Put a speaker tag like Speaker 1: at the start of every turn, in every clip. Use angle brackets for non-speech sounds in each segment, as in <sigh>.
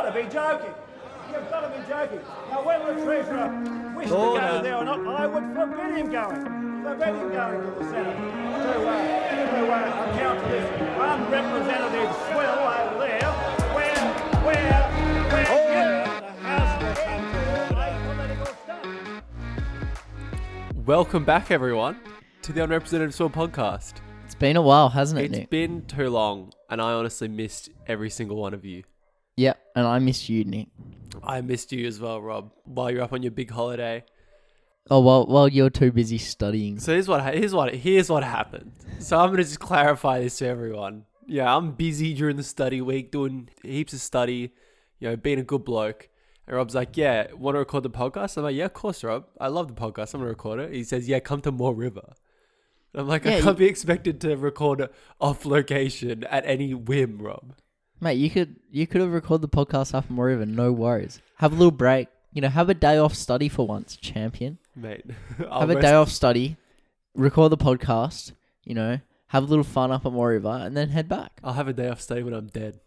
Speaker 1: got to be joking. You've got to be joking. Now, when the Treasurer wished to
Speaker 2: Order.
Speaker 1: go there or not, I would forbid him going. Forbid him going to the Senate. To, uh, to uh, account to this unrepresentative swill over there where, where, where you and the House will come to a political stunt.
Speaker 2: Welcome back, everyone, to the Unrepresentative Swan podcast.
Speaker 3: It's been a while, hasn't it,
Speaker 2: It's
Speaker 3: Nick?
Speaker 2: been too long, and I honestly missed every single one of you.
Speaker 3: Yeah, and I missed you, Nick.
Speaker 2: I missed you as well, Rob, while you're up on your big holiday.
Speaker 3: Oh well, well you're too busy studying.
Speaker 2: So here's what ha- here's what here's what happened. So I'm gonna just clarify this to everyone. Yeah, I'm busy during the study week doing heaps of study, you know, being a good bloke. And Rob's like, yeah, want to record the podcast? I'm like, yeah, of course, Rob. I love the podcast. I'm gonna record it. He says, yeah, come to Moore River. And I'm like,
Speaker 3: Yeah,
Speaker 2: I
Speaker 3: you-
Speaker 2: can't be expected to record off location at any whim, Rob.
Speaker 3: Mate, you could you could have recorded the podcast half more even, no worries. Have a little break. You know, have a day off study for once, champion.
Speaker 2: Mate, <laughs>
Speaker 3: Have a day off study, record the podcast, you know, have a little fun up at Moore River and then head back.
Speaker 2: I'll have a day off study when I'm dead.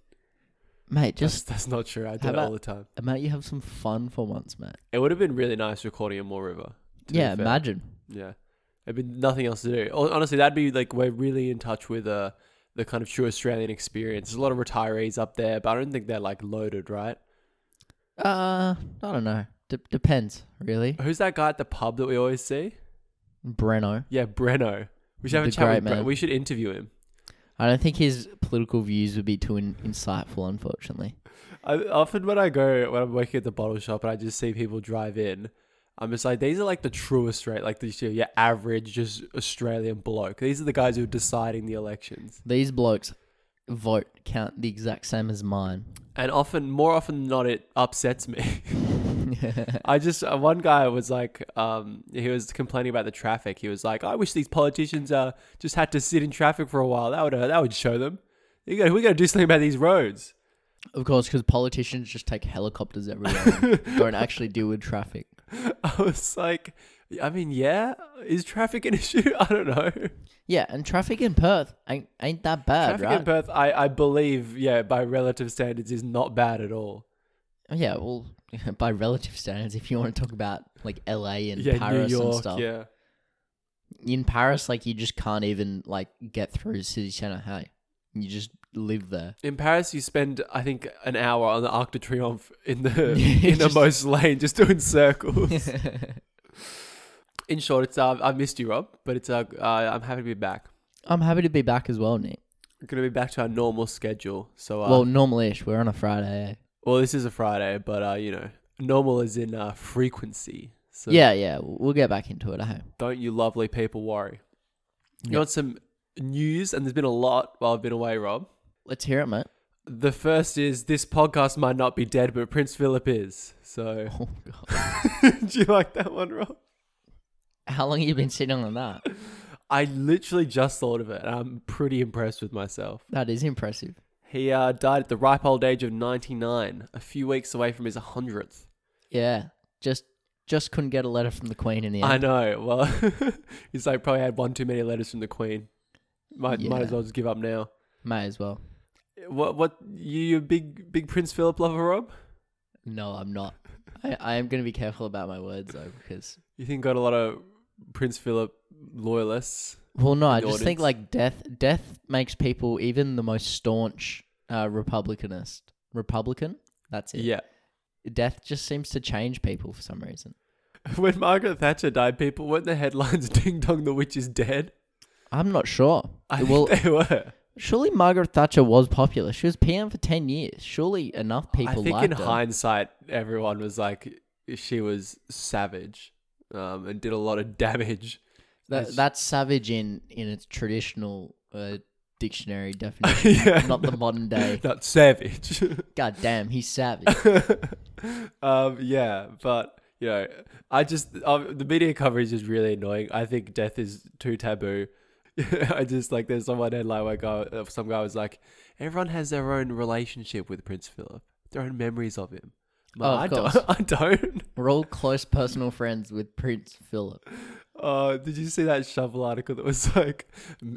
Speaker 3: Mate,
Speaker 2: Just
Speaker 3: just
Speaker 2: that's not true. I do
Speaker 3: How
Speaker 2: it all
Speaker 3: about-
Speaker 2: the time.
Speaker 3: mate, you have some fun for once, mate.
Speaker 2: It would have been really nice recording in Moore River. to be
Speaker 3: Yeah,
Speaker 2: fair.
Speaker 3: imagine.
Speaker 2: Yeah, there'd be nothing else to do. Hon- Honestly, that'd be like we're really in touch with uh, the kind of true Australian experience. There's a lot of retirees up there, but I don't think they're like loaded, right?
Speaker 3: Uh I don't know. D- depends, really.
Speaker 2: Who's that guy at the pub that we always see?
Speaker 3: Breno.
Speaker 2: Yeah, Breno. We should have a
Speaker 3: The
Speaker 2: chat
Speaker 3: great
Speaker 2: with Bre-
Speaker 3: man.
Speaker 2: We should interview him.
Speaker 3: I don't think his political views would be too in- insightful, unfortunately.
Speaker 2: I, often when I go when I'm working at the bottle shop and I just see people drive in, I'm just like these are like the truest rate, like these your average just Australian bloke. These are the guys who are deciding the elections.
Speaker 3: These blokes vote count the exact same as mine.
Speaker 2: and often more often than not it upsets
Speaker 3: <laughs>
Speaker 2: me <laughs> i just uh, one guy was like um, he was complaining about the traffic he was like i wish these politicians uh, just had to sit in traffic for a while that would uh, that would show them you gotta, we gotta do something about these roads <laughs>
Speaker 3: Of course, because politicians just take helicopters everywhere
Speaker 2: <laughs>
Speaker 3: and don't actually deal with traffic.
Speaker 2: i was like i mean yeah is traffic an <laughs> issue i don't know
Speaker 3: Yeah, and traffic in Perth ain't, ain't that bad,
Speaker 2: traffic
Speaker 3: right?
Speaker 2: in perth I, I believe yeah by relative standards is not bad at all
Speaker 3: yeah, well, <laughs> by relative standards, if you want to talk about like LA and
Speaker 2: yeah
Speaker 3: Paris
Speaker 2: new york
Speaker 3: and stuff.
Speaker 2: yeah
Speaker 3: In Paris, like you just can't even like get through city center. Hey, you just
Speaker 2: <laughs>
Speaker 3: live there.
Speaker 2: In Paris, you spend I think an hour on the Arc de Triomphe in the
Speaker 3: Yeah,
Speaker 2: innermost lane, just doing
Speaker 3: <laughs>
Speaker 2: circles. in short, it's uh, I missed you, Rob, but it's uh, uh, I'm happy to be back.
Speaker 3: I'm happy to be back as well, Nick.
Speaker 2: We're gonna be back to our normal schedule. So, uh,
Speaker 3: Well,
Speaker 2: well,
Speaker 3: normally-ish, we're on a Friday. eh?
Speaker 2: this is a Friday, but uh, you know, normal is in uh, frequency. So,
Speaker 3: Yeah, yeah, we'll get back into it. eh? I hope.
Speaker 2: don't you lovely people worry. You
Speaker 3: Yeah.
Speaker 2: want some news, and there's been a lot while I've been away, Rob.
Speaker 3: Let's hear it, mate. <laughs>
Speaker 2: The first is this podcast might not be dead, but Prince Philip is. So, <laughs>
Speaker 3: Oh god.
Speaker 2: do you like that one, Rob?
Speaker 3: How long have you been sitting on that?
Speaker 2: I literally just thought of it, and I'm pretty impressed with myself.
Speaker 3: That is impressive.
Speaker 2: He uh, died at the ripe old age of 99, a few weeks away from his 100th.
Speaker 3: Yeah. Just just couldn't get a letter from the Queen in the
Speaker 2: I
Speaker 3: end.
Speaker 2: know. Well, <laughs> he's like probably had one too many letters from the Queen. Might might as
Speaker 3: Yeah.
Speaker 2: well just give up now.
Speaker 3: May as well.
Speaker 2: What what you you a big big Prince Philip lover, Rob?
Speaker 3: No, I'm
Speaker 2: <laughs>
Speaker 3: not. I, I am gonna be careful about my words though, because
Speaker 2: You think got a lot of Prince Philip loyalists?
Speaker 3: well, no, I
Speaker 2: The
Speaker 3: just think
Speaker 2: audience.
Speaker 3: like death. Death makes people, even the most staunch uh, Republicanist, Republican. That's it.
Speaker 2: Yeah. <laughs>
Speaker 3: Death just seems to change people for some reason.
Speaker 2: When Margaret Thatcher died, people weren't the headlines <laughs> "Ding Dong, the witch is dead."
Speaker 3: I'm not sure.
Speaker 2: I
Speaker 3: well,
Speaker 2: think they were.
Speaker 3: surely Margaret Thatcher was popular. She was PM for ten years. Surely enough people
Speaker 2: I think
Speaker 3: liked
Speaker 2: in
Speaker 3: her.
Speaker 2: hindsight, everyone was like, she was savage um, and did a lot of damage.
Speaker 3: <laughs> That,
Speaker 2: It's-
Speaker 3: that's savage in in its traditional uh, dictionary definition,
Speaker 2: yeah, <laughs>
Speaker 3: not the modern day.
Speaker 2: not savage. <laughs>
Speaker 3: God damn, he's savage.
Speaker 2: um, yeah, but you know, I just um, the media coverage is really annoying. I think death is too taboo. <laughs> I just like there's someone headline where guy, uh, some guy was like, everyone has their own relationship with Prince Philip, their own memories of him.
Speaker 3: Oh, of
Speaker 2: I
Speaker 3: course.
Speaker 2: don't. <laughs> I don't.
Speaker 3: We're all close personal friends with Prince Philip. <laughs>
Speaker 2: Uh, did you see that shovel article that was <laughs> like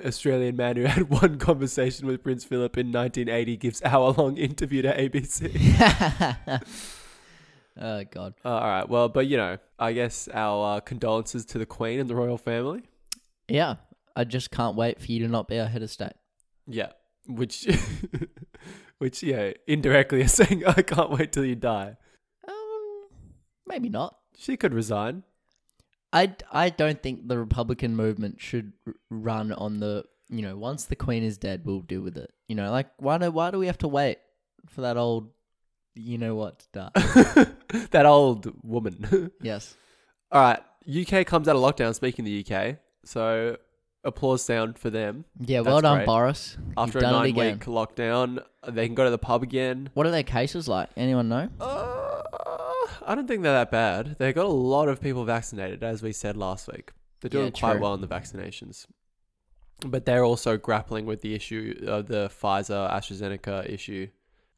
Speaker 2: Australian man who had <laughs> one conversation with Prince Philip in 1980 gives hour long interview to ABC?
Speaker 3: oh God.
Speaker 2: <laughs> Uh, all right, well, but you know, I guess our uh, condolences to the Queen and the royal family.
Speaker 3: Yeah, I just can't wait for you to not be our head of state.
Speaker 2: Yeah, which, <laughs> which yeah, indirectly is <laughs> saying I can't wait till you die.
Speaker 3: Um, maybe not.
Speaker 2: She could resign. <laughs>
Speaker 3: I, I don't think the Republican movement should r- run on the you know once the Queen is dead we'll deal with it. You know, like why do why do we have to wait for that old you know what to die?
Speaker 2: that old woman. <laughs>
Speaker 3: yes.
Speaker 2: All right, UK comes out of lockdown. Speaking of the UK, so applause sound for them.
Speaker 3: Yeah.
Speaker 2: That's
Speaker 3: well done,
Speaker 2: great.
Speaker 3: Boris.
Speaker 2: After a
Speaker 3: You've done it
Speaker 2: nine
Speaker 3: again.
Speaker 2: week lockdown, they can go to the pub again.
Speaker 3: What are their cases like? Anyone know?
Speaker 2: Uh, I don't think they're that bad. They got a lot of people vaccinated, as we said last week. They're doing
Speaker 3: Yeah,
Speaker 2: quite
Speaker 3: true.
Speaker 2: well in the vaccinations. But they're also grappling with the issue of the Pfizer AstraZeneca issue.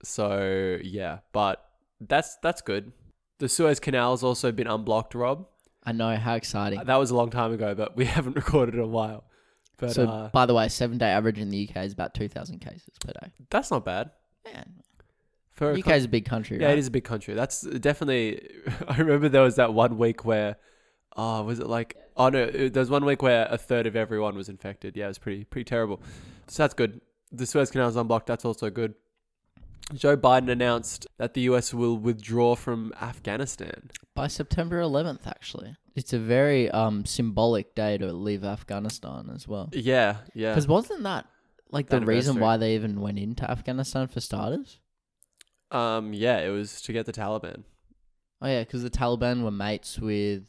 Speaker 2: So, yeah, but that's that's good. The Suez Canal has also been unblocked, Rob.
Speaker 3: I know how exciting.
Speaker 2: That was a long time ago, but we <laughs> haven't recorded in a while. But
Speaker 3: so
Speaker 2: uh,
Speaker 3: by the way, seven day average in the UK is about two thousand cases per day.
Speaker 2: that's not bad.
Speaker 3: Man,
Speaker 2: For a
Speaker 3: UK is a big country,
Speaker 2: Yeah,
Speaker 3: right?
Speaker 2: it is a big country. That's definitely. <laughs> I remember there was that one week where, oh, was it like? Oh no, it- there was one week where a third of everyone was infected. Yeah, it was pretty pretty terrible. So that's good. The Suez Canal is unblocked. That's also good. Joe Biden announced that the U.S. will withdraw from Afghanistan.
Speaker 3: By September 11th, actually, it's a very um symbolic day to leave Afghanistan as well.
Speaker 2: Yeah, yeah.
Speaker 3: Because wasn't that like the reason
Speaker 2: Anniversary.
Speaker 3: why they even went into Afghanistan for starters?
Speaker 2: Um, yeah, it was to get the Taliban.
Speaker 3: Oh yeah, because the Taliban were mates with.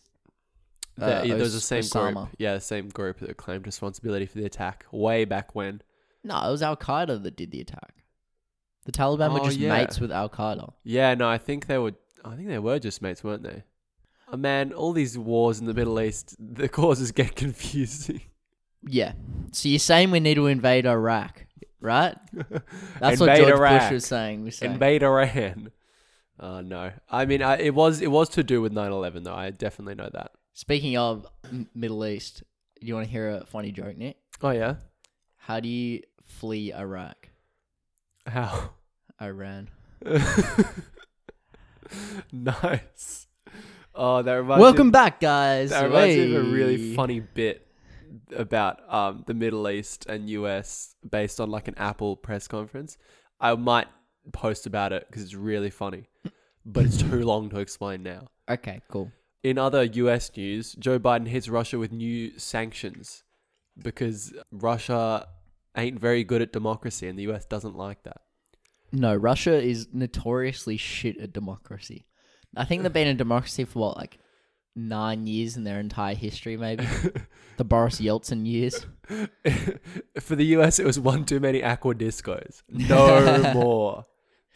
Speaker 2: The,
Speaker 3: Uh,
Speaker 2: yeah, there was the
Speaker 3: Os-
Speaker 2: same group.
Speaker 3: Osama.
Speaker 2: Yeah, the same group that claimed responsibility for the attack way back when.
Speaker 3: No, it was Al Qaeda that did the attack. The Taliban
Speaker 2: Oh,
Speaker 3: were just
Speaker 2: yeah.
Speaker 3: mates with Al Qaeda.
Speaker 2: Yeah, no, I think they were. I think they were just mates, weren't they? Oh, man, all these wars in the Middle East, <laughs> the causes get confusing.
Speaker 3: Yeah. So you're saying we need to invade Iraq, right? That's what
Speaker 2: Invade
Speaker 3: George
Speaker 2: Iraq.
Speaker 3: Bush was saying. Was saying.
Speaker 2: Invade Iran. Oh no, I mean, I, it was it was to do with 9-11, though. I definitely know that.
Speaker 3: Speaking of M- Middle East, you want to hear a funny joke, Nick?
Speaker 2: Oh yeah,
Speaker 3: How do you flee Iraq?
Speaker 2: <laughs> how
Speaker 3: Iran.
Speaker 2: nice. Oh, that reminds
Speaker 3: Welcome
Speaker 2: Me,
Speaker 3: back, guys.
Speaker 2: that reminds me of a
Speaker 3: Hey.
Speaker 2: really funny bit about um the Middle East and US based on like an Apple press conference. I might post about it because it's really funny, but it's too long to explain now.
Speaker 3: Okay, cool.
Speaker 2: In other US news, Joe Biden hits Russia with new sanctions because Russia ain't very good at democracy and the US doesn't like that.
Speaker 3: No, Russia is notoriously shit at democracy. I think they've been a democracy for what, like nine years in their entire history, <laughs> maybe? the Boris Yeltsin years.
Speaker 2: For the US, it was one too many aqua discos.
Speaker 3: <laughs>
Speaker 2: No more.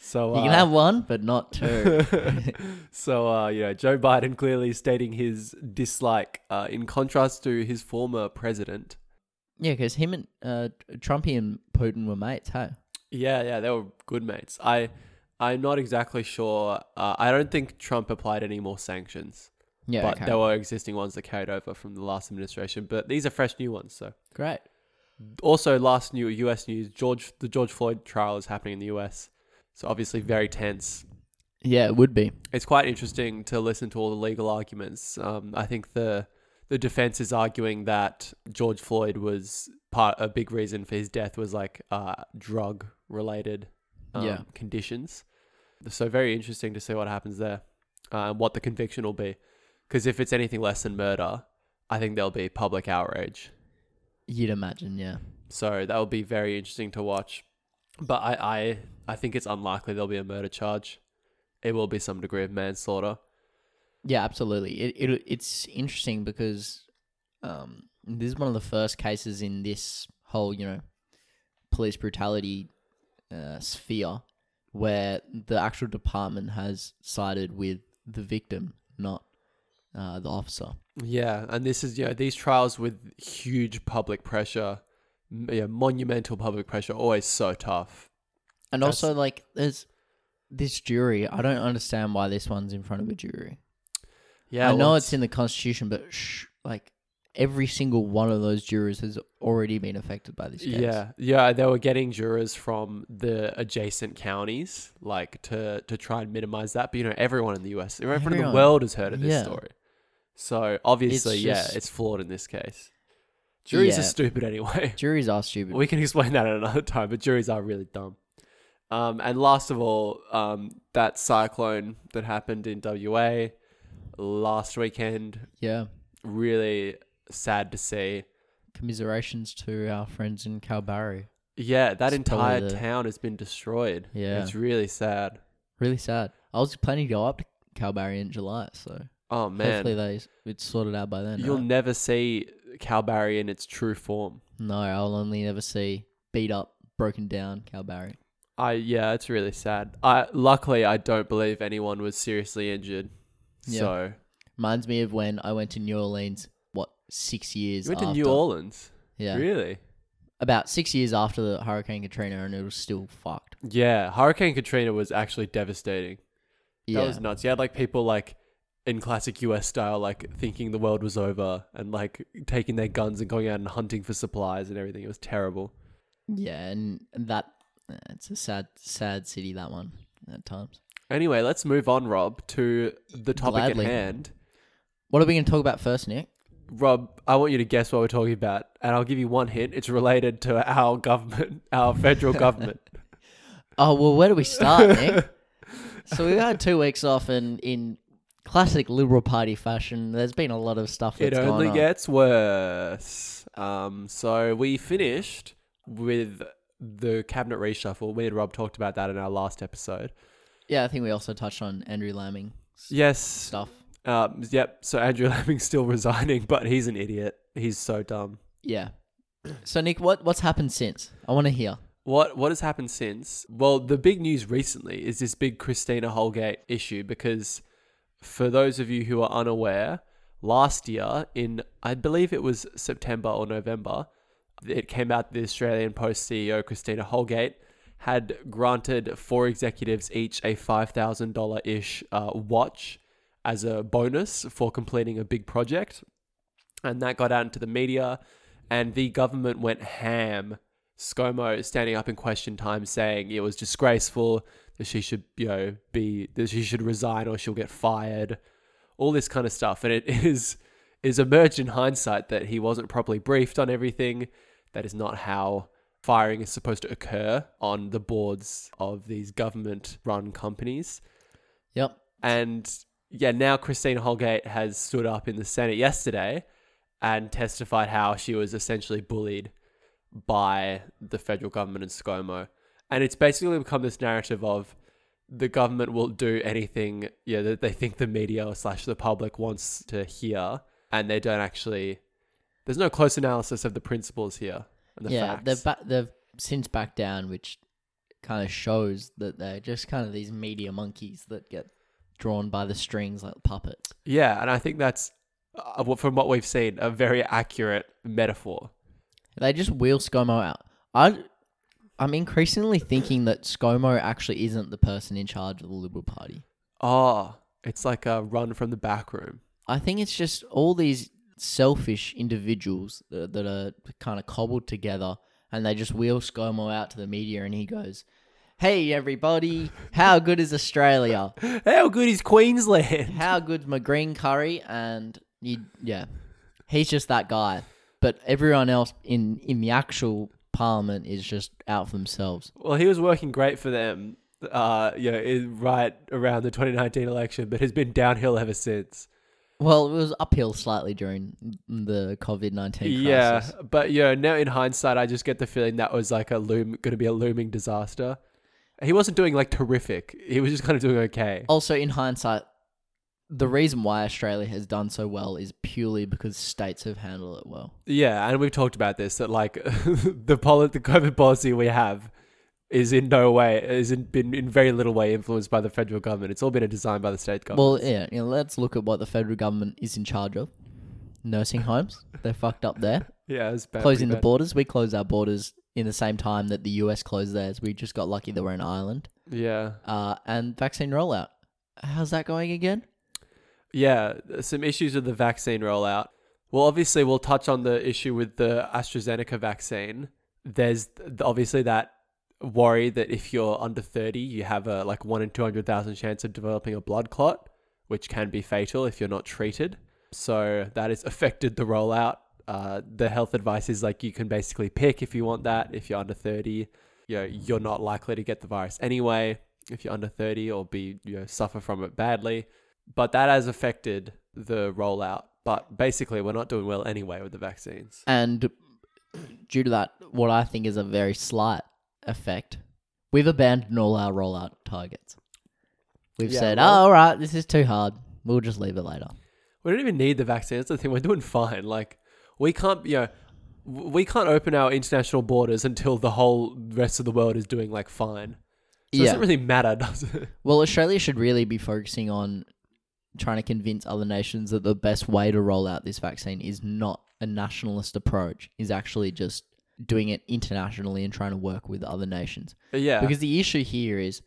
Speaker 2: So
Speaker 3: You can
Speaker 2: uh,
Speaker 3: have one, but <laughs> not two.
Speaker 2: So, uh, you know, Joe Biden clearly stating his dislike uh, in contrast to his former president.
Speaker 3: yeah, because him and uh, Trumpy and Putin were mates, hey?
Speaker 2: Yeah, yeah, they were good mates. I, I'm not exactly sure. Uh, I don't think Trump applied any more sanctions,
Speaker 3: Yeah,
Speaker 2: but
Speaker 3: okay.
Speaker 2: there were existing ones that carried over from the last administration. But these are fresh new ones. So,
Speaker 3: Great.
Speaker 2: also last new U.S. news: George, the George Floyd trial is happening in the U.S. So obviously very tense.
Speaker 3: Yeah, it would be.
Speaker 2: it's quite interesting to listen to all the legal arguments. Um, I think the the defense is arguing that George Floyd was part a big reason for his death was like uh, drug related um,
Speaker 3: Yeah.
Speaker 2: conditions. So very interesting to see what happens there uh, and what the conviction will be. Because if it's anything less than murder, I think there'll be public outrage.
Speaker 3: You'd imagine, yeah.
Speaker 2: So that will be very interesting to watch. But I, I, I think it's unlikely there'll be a murder charge. It will be some degree of manslaughter.
Speaker 3: Yeah, absolutely. It, it it's interesting because um, this is one of the first cases in this whole you know police brutality uh, sphere where the actual department has sided with the victim, not uh, the officer.
Speaker 2: Yeah, and this is you know these trials with huge public pressure, m- yeah, monumental public pressure, always so tough.
Speaker 3: And
Speaker 2: That's-
Speaker 3: also, like, there's this jury. I don't understand why this one's in front of a jury.
Speaker 2: Yeah,
Speaker 3: I know
Speaker 2: well,
Speaker 3: it's in the constitution, but shh, like every single one of those jurors has already been affected by this case.
Speaker 2: Yeah, yeah, they were getting jurors from the adjacent counties, like to to try and minimize that. But you know, everyone in the U.S., everyone in the
Speaker 3: Everyone.
Speaker 2: world has heard of this
Speaker 3: Yeah.
Speaker 2: story. So obviously,
Speaker 3: It's
Speaker 2: yeah,
Speaker 3: just-
Speaker 2: it's flawed in this case. Juries are
Speaker 3: Yeah.
Speaker 2: stupid anyway.
Speaker 3: Juries are
Speaker 2: <laughs>
Speaker 3: stupid.
Speaker 2: We can explain that at another time, but juries are really dumb. Um, and last of all, um, that cyclone that happened in WA last weekend,
Speaker 3: yeah.
Speaker 2: really sad to see.
Speaker 3: Commiserations to our friends in Calbarry.
Speaker 2: Yeah, that
Speaker 3: It's probably
Speaker 2: entire
Speaker 3: the-
Speaker 2: town has been destroyed.
Speaker 3: Yeah.
Speaker 2: It's really sad.
Speaker 3: Really sad. I was planning to go up to Calbarry in July, so
Speaker 2: Oh,
Speaker 3: hopefully
Speaker 2: man.
Speaker 3: they it's sorted out by then.
Speaker 2: You'll
Speaker 3: right?
Speaker 2: never see Calbarry in its true form.
Speaker 3: no, I'll only ever see beat up, broken down Calbarry.
Speaker 2: I yeah, it's really sad. I luckily I don't believe anyone was seriously injured.
Speaker 3: Yeah.
Speaker 2: So
Speaker 3: Reminds me of when I went to New Orleans. What six years?
Speaker 2: you went to
Speaker 3: after.
Speaker 2: New Orleans.
Speaker 3: Yeah,
Speaker 2: Really?
Speaker 3: about six years after the Hurricane Katrina, and it was still fucked.
Speaker 2: Yeah, Hurricane Katrina was actually devastating.
Speaker 3: Yeah,
Speaker 2: That was nuts. You had like people like in classic US style, like thinking the world was over and like taking their guns and going out and hunting for supplies and everything. It was terrible.
Speaker 3: yeah, and that uh, it's a sad, sad city. That one at times.
Speaker 2: Anyway, let's move on, Rob, to the topic
Speaker 3: Gladly.
Speaker 2: at hand.
Speaker 3: What are we going to talk about first, Nick?
Speaker 2: Rob, I want you to guess what we're talking about, and I'll give you one hint. It's related to our government, <laughs> our federal government.
Speaker 3: Oh well, where do we
Speaker 2: <laughs>
Speaker 3: start, Nick? so we've had two weeks off, and in classic Liberal Party fashion, there's been a lot of stuff
Speaker 2: it
Speaker 3: that's gone
Speaker 2: only
Speaker 3: on.
Speaker 2: gets worse. Um, so we finished with the cabinet reshuffle. We and Rob talked about that in our last episode.
Speaker 3: yeah, I think we also touched on Andrew Laming
Speaker 2: Yes.
Speaker 3: stuff.
Speaker 2: Um, yep. So Andrew <laughs> Laming's still resigning, but he's an idiot. He's so dumb.
Speaker 3: Yeah. So Nick, what what's happened since? I want to hear.
Speaker 2: What what has happened since? Well, the big news recently is this big Christina Holgate issue because for those of you who are unaware, last year in I believe it was September or November, it came out that the Australian Post CEO Christina Holgate had granted four executives each a $5,000 ish uh, watch as a bonus for completing a big project and that got out into the media and the government went ham ScoMo standing up in question time saying it was disgraceful that she should you know be that she should resign or she'll get fired all this kind of stuff and it <laughs> is is emerged in hindsight that he wasn't properly briefed on everything that is not how firing is supposed to occur on the boards of these government run companies
Speaker 3: Yep.
Speaker 2: and yeah, now Christine Holgate has stood up in the Senate yesterday and testified how she was essentially bullied by the federal government and ScoMo. And it's basically become this narrative of the government will do anything yeah, that they think the media slash the public wants to hear, and they don't actually. There's no close analysis of the principles here and the
Speaker 3: yeah,
Speaker 2: facts.
Speaker 3: they've ba- they've since backed down, which kind of shows that they're just kind of these media monkeys that get drawn by the strings like puppets.
Speaker 2: yeah, and I think that's, uh, what- from what we've seen, a very accurate metaphor.
Speaker 3: They just wheel ScoMo out. I I'm increasingly thinking that ScoMo actually isn't the person in charge of the Liberal Party.
Speaker 2: Oh, it's like a run from the back room.
Speaker 3: I think it's just all these selfish individuals that, that are kind of cobbled together and they just wheel ScoMo out to the media and he goes, Hey everybody, how good is Australia?
Speaker 2: How good is Queensland?
Speaker 3: How good's my green curry? And he, yeah, he's just that guy. But everyone else in, in the actual parliament is just out for themselves.
Speaker 2: <laughs> Well, he was working great for them, uh, you know, in, right around the 2019 election, but has been downhill ever since.
Speaker 3: Well, it was uphill slightly during the COVID 19
Speaker 2: Yeah,
Speaker 3: crisis.
Speaker 2: but you know, now in hindsight, I just get the feeling that was like a loom, going to be a looming disaster. He wasn't doing like terrific. He was just kind of doing okay.
Speaker 3: also in hindsight the reason why australia has done so well is purely because states have handled it well
Speaker 2: Yeah, and we've talked about this that like <laughs> the poli- the COVID policy we have is in no way is in, been in very little way influenced by the federal government. It's all been a design by the state government.
Speaker 3: well yeah you know, let's look at what the federal government is in charge of nursing homes they're fucked up there
Speaker 2: Yeah, it's bad.
Speaker 3: closing the
Speaker 2: pretty bad.
Speaker 3: borders we closed our borders in the same time that the us closed theirs we just got lucky that we're an island
Speaker 2: Yeah,
Speaker 3: uh, and vaccine rollout how's that going again
Speaker 2: yeah. Some issues with the vaccine rollout. Well, obviously, we'll touch on the issue with the AstraZeneca vaccine. There's th- obviously that worry that if you're under 30, you have a like one in 200,000 chance of developing a blood clot, which can be fatal if you're not treated. So that has affected the rollout. Uh, the health advice is like you can basically pick if you want that. If you're under 30, you know, you're not likely to get the virus anyway. If you're under 30 or be you know, suffer from it badly, but that has affected the rollout. But basically, we're not doing well anyway with the vaccines.
Speaker 3: And due to that, what I think is a very slight effect, we've abandoned all our rollout targets. We've
Speaker 2: Yeah,
Speaker 3: said,
Speaker 2: well-
Speaker 3: oh, all right, this is too hard. We'll just leave it later.
Speaker 2: We don't even need the vaccine. That's the thing. We're doing fine. Like we can't, you know, w- we can't open our international borders until the whole rest of the world is doing like fine. So it
Speaker 3: Yeah.
Speaker 2: doesn't really matter, does it?
Speaker 3: Well, Australia should really be focusing on trying to convince other nations that the best way to roll out this vaccine is not a nationalist approach, is actually just doing it internationally and trying to work with other nations.
Speaker 2: yeah.
Speaker 3: Because the issue here is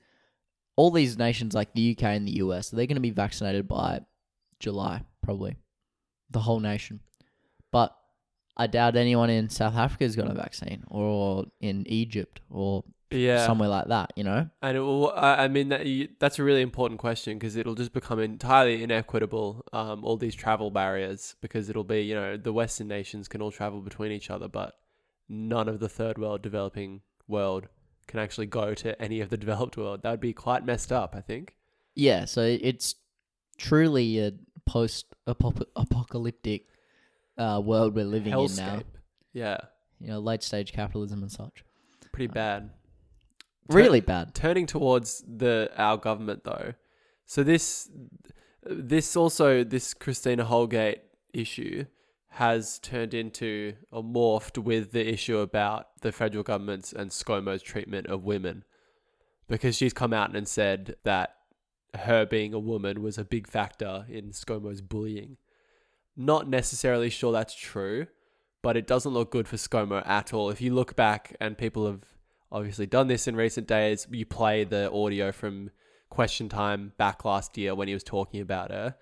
Speaker 3: all these nations like the UK and the US, they're going to be vaccinated by July, probably. The whole nation. But I doubt anyone in South Africa's got a vaccine or in Egypt or
Speaker 2: yeah.
Speaker 3: somewhere like that, you know?
Speaker 2: And it will, I I mean that you, that's a really important question because it'll just become entirely inequitable. Um, all these travel barriers because it'll be you know the Western nations can all travel between each other, but none of the third world developing world can actually go to any of the <laughs> developed world. That would be quite messed up, I think.
Speaker 3: Yeah, so it's truly a post apocalyptic uh, world we're living in now.
Speaker 2: Hellscape. Yeah,
Speaker 3: You know, late stage capitalism and such.
Speaker 2: pretty
Speaker 3: Uh,
Speaker 2: bad. Tur-
Speaker 3: Really bad.
Speaker 2: turning towards the our government though so this this also this christina holgate issue has turned into or morphed with the issue about the federal government's and scomo's treatment of women because she's come out and said that her being a woman was a big factor in scomo's bullying not necessarily sure that's true but it doesn't look good for scomo at all if you look back and people have obviously done this in recent days. You play the audio from Question Time back last year when he was talking about her.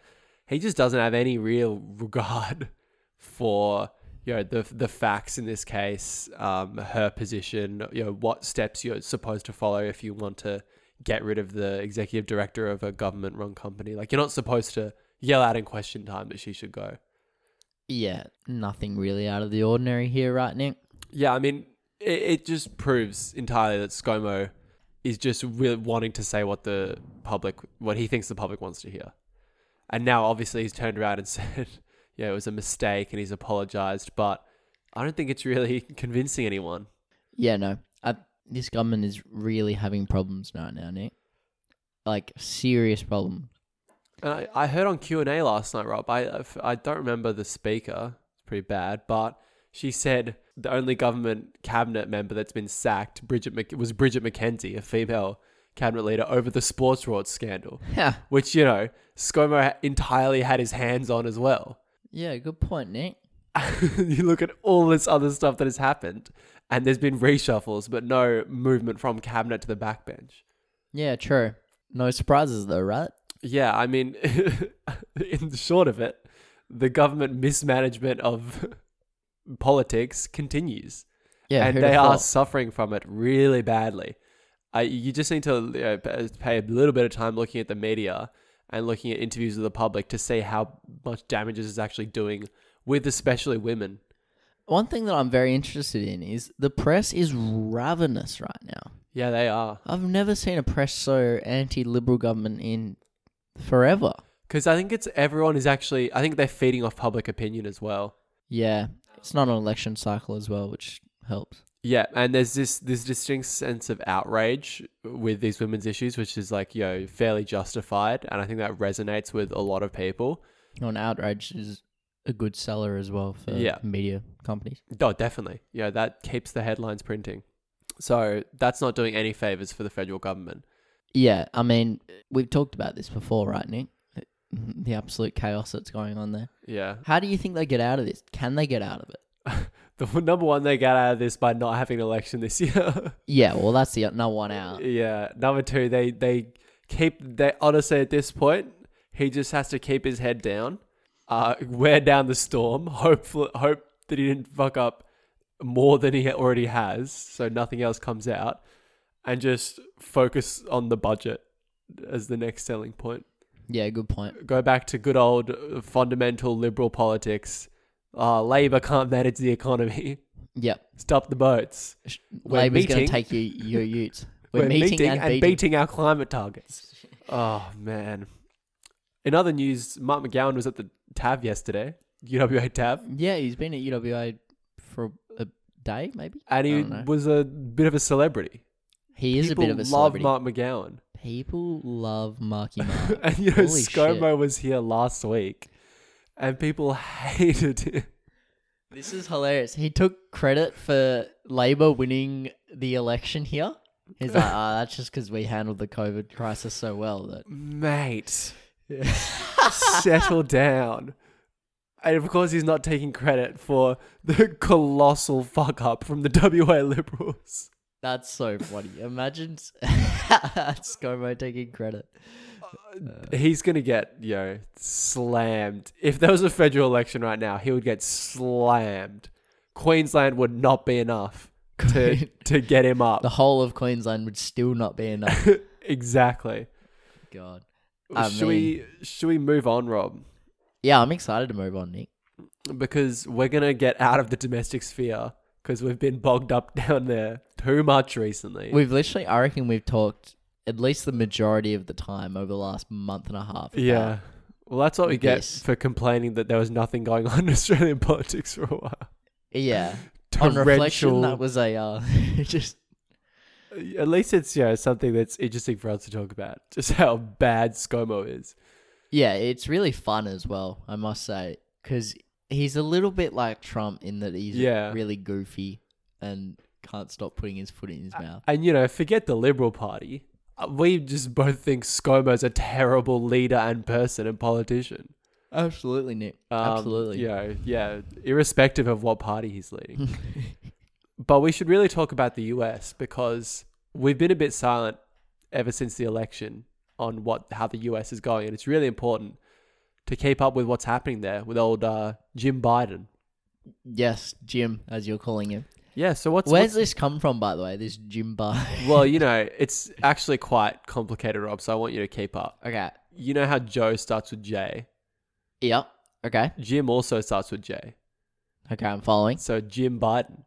Speaker 2: He just doesn't have any real <laughs> regard for you know the the facts in this case, um, her position, you know what steps you're supposed to follow if you want to get rid of the executive director of a government-run company. Like you're not supposed to yell out in Question Time that she should go.
Speaker 3: Yeah, nothing really out of the ordinary here, right, Nick?
Speaker 2: Yeah, I mean, it, it just proves entirely that ScoMo is just really wanting to say what the public, what he thinks the public wants to hear. And now, obviously, he's turned around and <laughs> said, yeah, it was a mistake and he's apologized, but I don't think it's really <laughs> convincing anyone.
Speaker 3: Yeah, no. I, this government is really having problems right now, Nick. Like, serious problem.
Speaker 2: And I, I heard on Q&A last night, Rob, I, if- I don't remember the speaker, it's pretty bad, but she said the only government cabinet member that's been sacked Bridget Mc, was Bridget McKenzie, a female cabinet leader, over the sports rorts scandal.
Speaker 3: Yeah.
Speaker 2: which you know ScoMo ha- entirely had his hands on as well. <laughs>
Speaker 3: Yeah, good point, Nick.
Speaker 2: you look at all this other stuff that has happened, and there's been reshuffles, but no movement from cabinet to the backbench.
Speaker 3: Yeah, true. No surprises, though, right?
Speaker 2: Yeah, I mean, <laughs> in the short of it, the government mismanagement of <laughs> politics continues,
Speaker 3: Yeah,
Speaker 2: and
Speaker 3: who'da
Speaker 2: they
Speaker 3: thought?
Speaker 2: are suffering from it really badly. I, you just need to uh, p- pay a little bit of time looking at the media and looking at interviews with the public to see how much damage this is actually doing with especially women.
Speaker 3: One thing that I'm very interested in is the press is ravenous right now.
Speaker 2: Yeah, they are.
Speaker 3: I've never seen a press so anti-liberal government in forever.
Speaker 2: Because I think it's everyone is actually, I think they're feeding off public opinion as well.
Speaker 3: Yeah, it's not an election cycle as well, which helps.
Speaker 2: Yeah, and there's this this distinct sense of outrage with these women's issues, which is like, you know, fairly justified, and I think that resonates with a lot of people.
Speaker 3: You know, an outrage is a good seller as well for
Speaker 2: Yeah.
Speaker 3: media companies.
Speaker 2: Oh, definitely. Yeah, that keeps the headlines printing. So that's not doing any favors for the federal government.
Speaker 3: Yeah, I mean, we've talked about this before, right, Nick? <laughs> The absolute chaos that's going on there.
Speaker 2: Yeah. <laughs>
Speaker 3: How do you think they get out of this? Can they get out of it?
Speaker 2: The w- number one they got out of this by not having an election this <laughs> year.
Speaker 3: Yeah, well, that's the no one out.
Speaker 2: yeah. Number two, they they keep they honestly at this point, he just has to keep his head down uh, wear down the storm. Hope hope that he didn't fuck up more than he already has, so nothing else comes out, and just focus on the budget as the next selling point.
Speaker 3: Yeah, good point.
Speaker 2: Go back to good old uh, fundamental liberal politics. Uh, Labor can't manage the economy. <laughs>
Speaker 3: Yep.
Speaker 2: Stop the boats.
Speaker 3: Sh-
Speaker 2: We're
Speaker 3: Labor's going
Speaker 2: meeting-
Speaker 3: to take your, your utes. We're, meeting, and, beating.
Speaker 2: our climate
Speaker 3: <laughs>
Speaker 2: targets. oh man! In other news, Mark McGowan was at the TAV yesterday, UWA TAV,
Speaker 3: Yeah, he's been at UWA for a day, maybe.
Speaker 2: and
Speaker 3: I
Speaker 2: he
Speaker 3: don't know.
Speaker 2: was a bit of a celebrity.
Speaker 3: Oh, He is a
Speaker 2: People
Speaker 3: bit of a
Speaker 2: love
Speaker 3: celebrity.
Speaker 2: Mark McGowan, <laughs>
Speaker 3: People love Marky Mark.
Speaker 2: and you know
Speaker 3: Holy
Speaker 2: ScoMo
Speaker 3: shit.
Speaker 2: was here last week, and people <laughs> hated him.
Speaker 3: this is hilarious. He took credit for Labor winning the election here. He's like, ah, that's just because we handled the COVID crisis so well that
Speaker 2: Mate, <laughs> settle down. And of course, he's not taking credit for the colossal fuck up from the <laughs> WA Liberals.
Speaker 3: That's so funny. Imagine s- <laughs> ScoMo taking credit.
Speaker 2: he's gonna get you know slammed. If there was a federal election right now, he would get slammed. Queensland would not be enough to to get him
Speaker 3: The
Speaker 2: up.
Speaker 3: whole of Queensland would still not be
Speaker 2: <laughs>
Speaker 3: enough.
Speaker 2: exactly.
Speaker 3: God. I
Speaker 2: should we should we move on, Rob?
Speaker 3: Yeah, I'm excited to move on, Nick.
Speaker 2: Because we're gonna get out of the domestic sphere because we've been bogged up <laughs> down there too much recently.
Speaker 3: We've literally, I reckon we've talked at least the majority of the time over the last month and a half. about-
Speaker 2: yeah. Well, that's what we get
Speaker 3: Yes.
Speaker 2: for complaining that there was nothing going <laughs> on in Australian politics for a while.
Speaker 3: Yeah. On
Speaker 2: Torrential. Uh,
Speaker 3: reflection, that was a, uh, <laughs> just,
Speaker 2: At least it's yeah something that's interesting for us to talk about. <laughs> Just how bad ScoMo is.
Speaker 3: yeah, it's really fun as well, I must say. Because he's a little bit like Trump in that he's
Speaker 2: Yeah.
Speaker 3: really goofy and can't stop putting his foot in his mouth.
Speaker 2: And you know, forget the Liberal Party. Uh, We just both think ScoMo's a terrible leader and person and politician.
Speaker 3: Absolutely, Nick.
Speaker 2: Um,
Speaker 3: Absolutely.
Speaker 2: You know, yeah, irrespective of what party he's
Speaker 3: <laughs>
Speaker 2: leading. but we should really talk about the US because we've been a bit silent ever since the election on what how the US is going, and it's really important to keep up with what's happening there with old uh, Jim Biden.
Speaker 3: Yes, Jim, as you're calling him.
Speaker 2: Yeah. So what's
Speaker 3: Where's this come from, by the way? This Jim bar. <laughs>
Speaker 2: Well, you know, it's actually quite complicated, Rob, so I want you to keep up.
Speaker 3: okay.
Speaker 2: You know how Joe starts with J?
Speaker 3: Yep. Okay.
Speaker 2: Jim also starts with J.
Speaker 3: Okay, I'm following.
Speaker 2: So Jim Biden.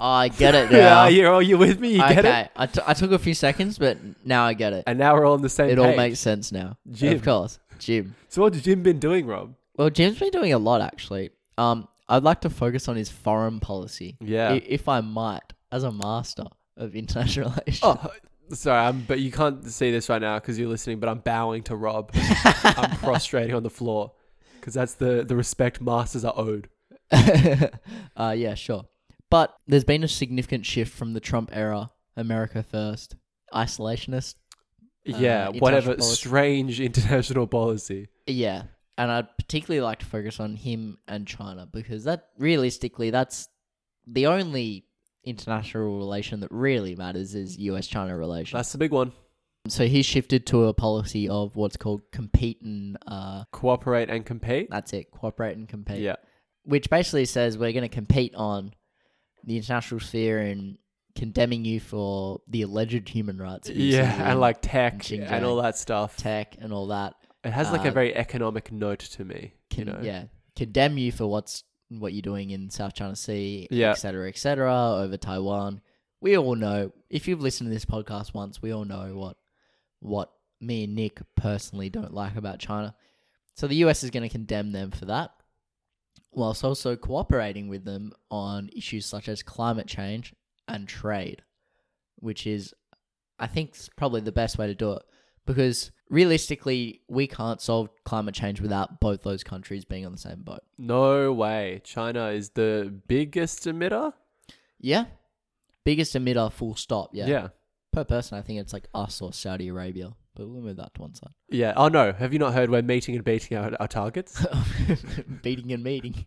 Speaker 3: I
Speaker 2: <laughs>
Speaker 3: get it now.
Speaker 2: Yeah, you're, are you with me? You
Speaker 3: okay.
Speaker 2: get it?
Speaker 3: I, t- I took a few seconds, but now I get it.
Speaker 2: And now we're all on the same
Speaker 3: It
Speaker 2: page.
Speaker 3: all makes sense now.
Speaker 2: Jim.
Speaker 3: Of course. Jim.
Speaker 2: So what's Jim been doing, Rob?
Speaker 3: Well, Jim's been doing a lot, actually. Um, I'd like to focus on his foreign policy.
Speaker 2: Yeah.
Speaker 3: I- If I might, as a master of international <laughs> relations.
Speaker 2: Oh, sorry, I'm, but you can't see this right now because you're listening, but I'm bowing to
Speaker 3: <laughs>
Speaker 2: Rob. I'm prostrating on the floor because that's the, the respect masters are owed.
Speaker 3: uh, yeah, sure. But there's been a significant shift from the Trump era, America first, isolationist.
Speaker 2: Yeah,
Speaker 3: Uh, international
Speaker 2: whatever
Speaker 3: policy.
Speaker 2: strange international policy.
Speaker 3: Yeah. And I'd particularly like to focus on him and China because that realistically, that's the only international relation that really matters is US China relations.
Speaker 2: That's the big one.
Speaker 3: So he shifted to a policy of what's called compete and uh,
Speaker 2: Cooperate and compete.
Speaker 3: that's it, cooperate and compete.
Speaker 2: Yeah.
Speaker 3: which basically says we're going to compete on the international sphere in condemning you for the alleged human rights abuses
Speaker 2: Yeah, and like tech
Speaker 3: Xinjiang.
Speaker 2: and all that stuff.
Speaker 3: tech and all that.
Speaker 2: It has like a
Speaker 3: uh,
Speaker 2: very economic note to me.
Speaker 3: Can,
Speaker 2: you know?
Speaker 3: Yeah, condemn you for what's what you're doing in South China Sea,
Speaker 2: Yeah.
Speaker 3: et cetera, et cetera, over Taiwan. We all know. If you've listened to this podcast once, we all know what what me and Nick personally don't like about China. So the US is going to condemn them for that, whilst also cooperating with them on issues such as climate change and trade, which is, I think, s- probably the best way to do it. Because realistically, we can't solve climate change without both those countries being on the same boat.
Speaker 2: No way. China is the biggest emitter.
Speaker 3: Yeah. Biggest emitter, full stop. Yeah.
Speaker 2: yeah.
Speaker 3: Per person, I think it's like us or Saudi Arabia, but we'll move that to one side. <laughs>
Speaker 2: Yeah. Oh no. Have you not heard we're meeting and beating our, our targets?
Speaker 3: Beating and meeting.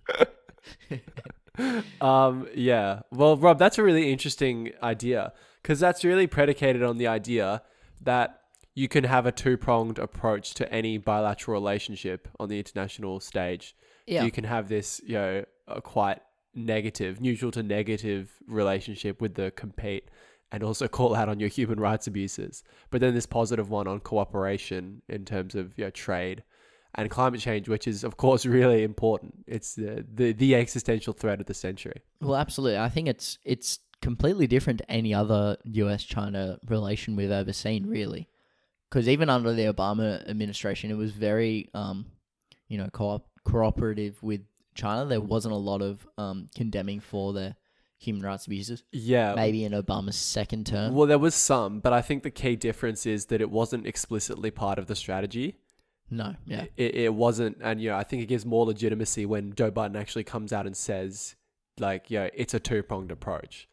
Speaker 2: um. Yeah. Well, Rob, that's a really interesting idea because that's really predicated on the idea that you can have a two pronged approach to any bilateral relationship on the international stage.
Speaker 3: Yeah.
Speaker 2: You can have this, you know, a quite negative, neutral to negative relationship with the compete and also <laughs> call out on your human rights abuses. But then this positive one on cooperation in terms of you know, trade and climate change, which is, of course, <laughs> really important. It's the, the, the existential threat of the century.
Speaker 3: Well, absolutely. I think it's it's completely different to any other U.S. China relation we've ever seen, really. Because even under the Obama administration, it was very, um, you know, co- cooperative with China. There wasn't a lot of um, condemning for their human rights abuses.
Speaker 2: Yeah.
Speaker 3: Maybe in Obama's second term.
Speaker 2: Well, there was some, but I think the key difference is that it wasn't explicitly part of the strategy.
Speaker 3: No, yeah,
Speaker 2: It, it wasn't, and you know, I think it gives more legitimacy when Joe Biden actually comes out and says, like, you know, it's a two pronged approach.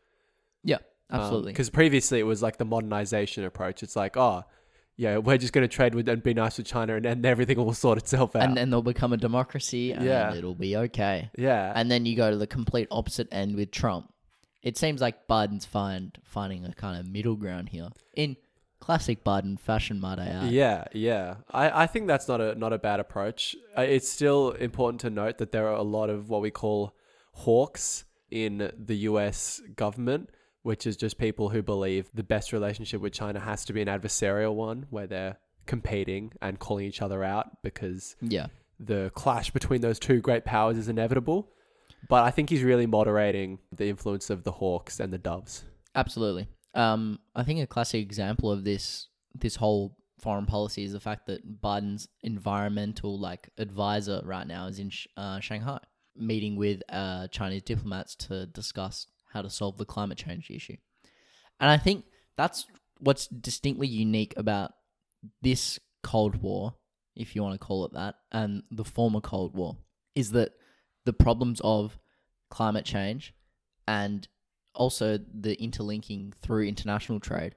Speaker 3: yeah, absolutely.
Speaker 2: Because previously it was like the modernization approach. It's like, oh, yeah, we're just going to trade with and be nice with China, and then everything will sort itself out.
Speaker 3: and then they'll become a democracy, and
Speaker 2: Yeah.
Speaker 3: it'll be okay.
Speaker 2: yeah,
Speaker 3: and then you go to the complete opposite end with Trump. It seems like Biden's find finding a kind of middle ground here in classic Biden fashion, might I add.
Speaker 2: Yeah, yeah. I, I think that's not a not a bad approach. Uh, It's still important to note that there are a lot of what we call hawks in the U.S. government, which is just people who believe the best relationship with China has to be an adversarial one, where they're competing and calling each other out because
Speaker 3: Yeah.
Speaker 2: the clash between those two great powers is inevitable. But I think he's really moderating the influence of the hawks and the doves.
Speaker 3: Absolutely. Um, I think a classic example of this this whole foreign policy is the fact that Biden's environmental like advisor right now is in Sh- uh, Shanghai meeting with uh, Chinese diplomats to discuss how to solve the climate change issue. And I think that's what's distinctly unique about this Cold War, if you want to call it that, and the former Cold War is that the problems of climate change and also the interlinking through international trade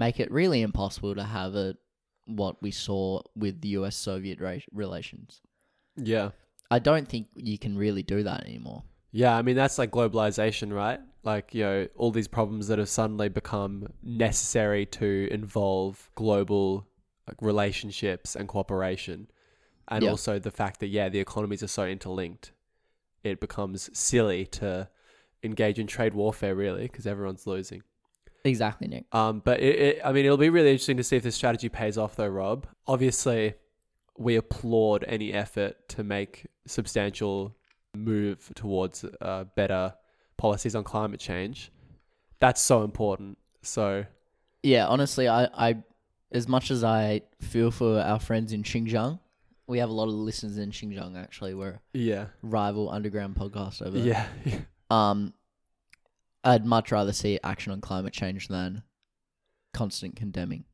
Speaker 3: make it really impossible to have a what we saw with the US Soviet ra- relations.
Speaker 2: Yeah.
Speaker 3: I don't think you can really do that anymore.
Speaker 2: Yeah, I mean that's like globalization, right? Like, you know, all these problems that have suddenly become necessary to involve global like relationships and cooperation. And
Speaker 3: Yeah.
Speaker 2: also the fact that yeah, the economies are so interlinked. It becomes silly to engage in trade warfare really because everyone's losing.
Speaker 3: Exactly, Nick.
Speaker 2: Um, but it, it, I mean, it'll be really interesting to see if this strategy pays off, though, Rob. Obviously, we applaud any effort to make substantial move towards uh, better policies on climate change. That's so important. So
Speaker 3: Yeah, honestly, I, I as much as I feel for our friends in Xinjiang, we have a lot of listeners in Xinjiang actually. We're
Speaker 2: yeah,
Speaker 3: rival underground podcast over there.
Speaker 2: <laughs> yeah, <laughs>
Speaker 3: Um, I'd much rather see action on climate change than constant condemning.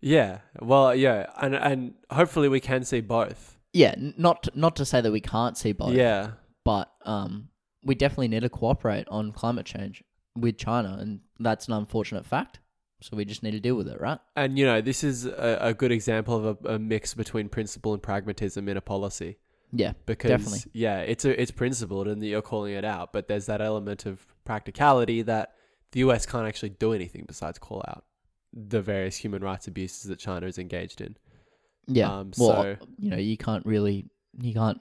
Speaker 2: yeah. Well, yeah, and and hopefully we can see both.
Speaker 3: Yeah, n- not not to say that we can't see both.
Speaker 2: Yeah,
Speaker 3: but um, we definitely need to cooperate on climate change with China, and that's an unfortunate fact. So we just need to deal with it, right?
Speaker 2: and you know, this is a, a good example of a, a mix between principle and pragmatism in a policy.
Speaker 3: Yeah,
Speaker 2: because
Speaker 3: Definitely.
Speaker 2: yeah, it's a, it's principled and you're calling it out, but there's that element of practicality that the US can't actually do anything besides call out the various human rights abuses that China is engaged in.
Speaker 3: yeah.
Speaker 2: Um,
Speaker 3: well,
Speaker 2: so-
Speaker 3: you know, you can't really, you can't,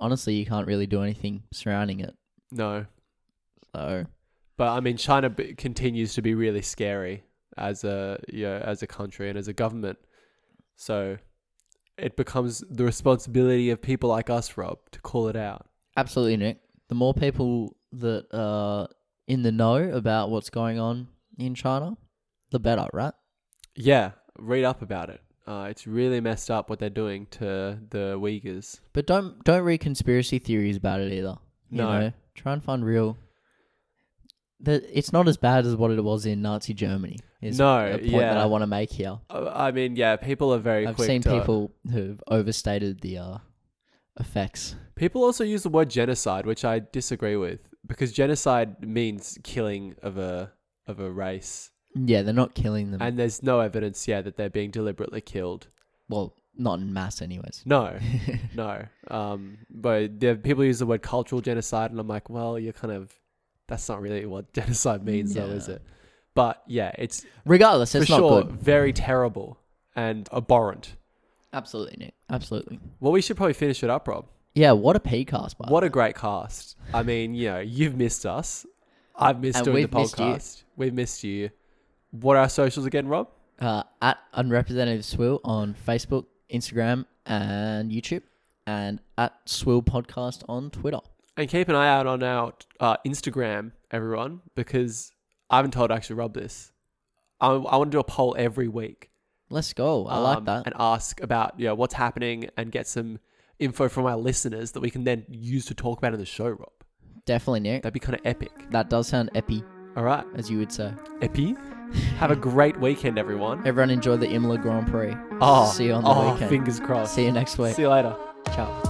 Speaker 3: honestly, you can't really do anything surrounding it.
Speaker 2: No,
Speaker 3: So
Speaker 2: but I mean, China b- continues to be really scary as a you know, as a country and as a government. So it becomes the responsibility of people like us, Rob, to call it out.
Speaker 3: absolutely, Nick. The more people that are in the know about what's going on in China, the better, right?
Speaker 2: Yeah, read up about it. Uh, it's really messed up what they're doing to the Uyghurs.
Speaker 3: But don't don't read conspiracy theories about it either. You
Speaker 2: No.
Speaker 3: know, try and find real. The, it's not as bad as what it was in Nazi Germany. Is
Speaker 2: No,
Speaker 3: a point that
Speaker 2: yeah.
Speaker 3: I want to make here.
Speaker 2: Uh, I mean, yeah, people are very
Speaker 3: I've
Speaker 2: quick.
Speaker 3: seen
Speaker 2: to-
Speaker 3: people who've overstated the uh, effects.
Speaker 2: People also use the word genocide, which I disagree with, because genocide means killing of a of a race,
Speaker 3: Yeah, they're not killing them.
Speaker 2: and there's no evidence yet that they're being deliberately killed.
Speaker 3: well, not in mass, anyways. <laughs>
Speaker 2: No, no. Um, but the people use the word cultural genocide, and I'm like, well, you're kind of that's not really what <laughs> genocide means, though, is
Speaker 3: Yeah.
Speaker 2: it? But yeah, it's
Speaker 3: Regardless, it's
Speaker 2: for
Speaker 3: not
Speaker 2: sure
Speaker 3: good.
Speaker 2: very terrible, and abhorrent.
Speaker 3: Absolutely, Nick. Absolutely.
Speaker 2: Well, we should probably finish it up, Rob.
Speaker 3: Yeah, what a P cast, by the
Speaker 2: What a great cast. I mean, you know, you've missed us. I've missed
Speaker 3: And
Speaker 2: doing the
Speaker 3: we've missed you.
Speaker 2: podcast. We've missed you. What are our socials again, Rob?
Speaker 3: uh, at Unrepresentative Swill on Facebook, Instagram, and YouTube, and at Swill Podcast on Twitter.
Speaker 2: And keep an eye out on our uh, Instagram, everyone, because I haven't told actually Rob this. I, I want to do a poll every week.
Speaker 3: Let's go. I
Speaker 2: um,
Speaker 3: like that.
Speaker 2: And ask about you know, what's happening and get some info from our listeners that we can then use to talk about in the show, Rob.
Speaker 3: Definitely, Nick.
Speaker 2: That'd be kind of epic.
Speaker 3: That does sound epi,
Speaker 2: All right,
Speaker 3: as you would say.
Speaker 2: epi. Have a great weekend, everyone.
Speaker 3: Everyone enjoy the Imola Grand Prix.
Speaker 2: Oh,
Speaker 3: <laughs> See you on the
Speaker 2: oh,
Speaker 3: weekend.
Speaker 2: Fingers crossed.
Speaker 3: See you next week.
Speaker 2: See you later.
Speaker 3: Ciao.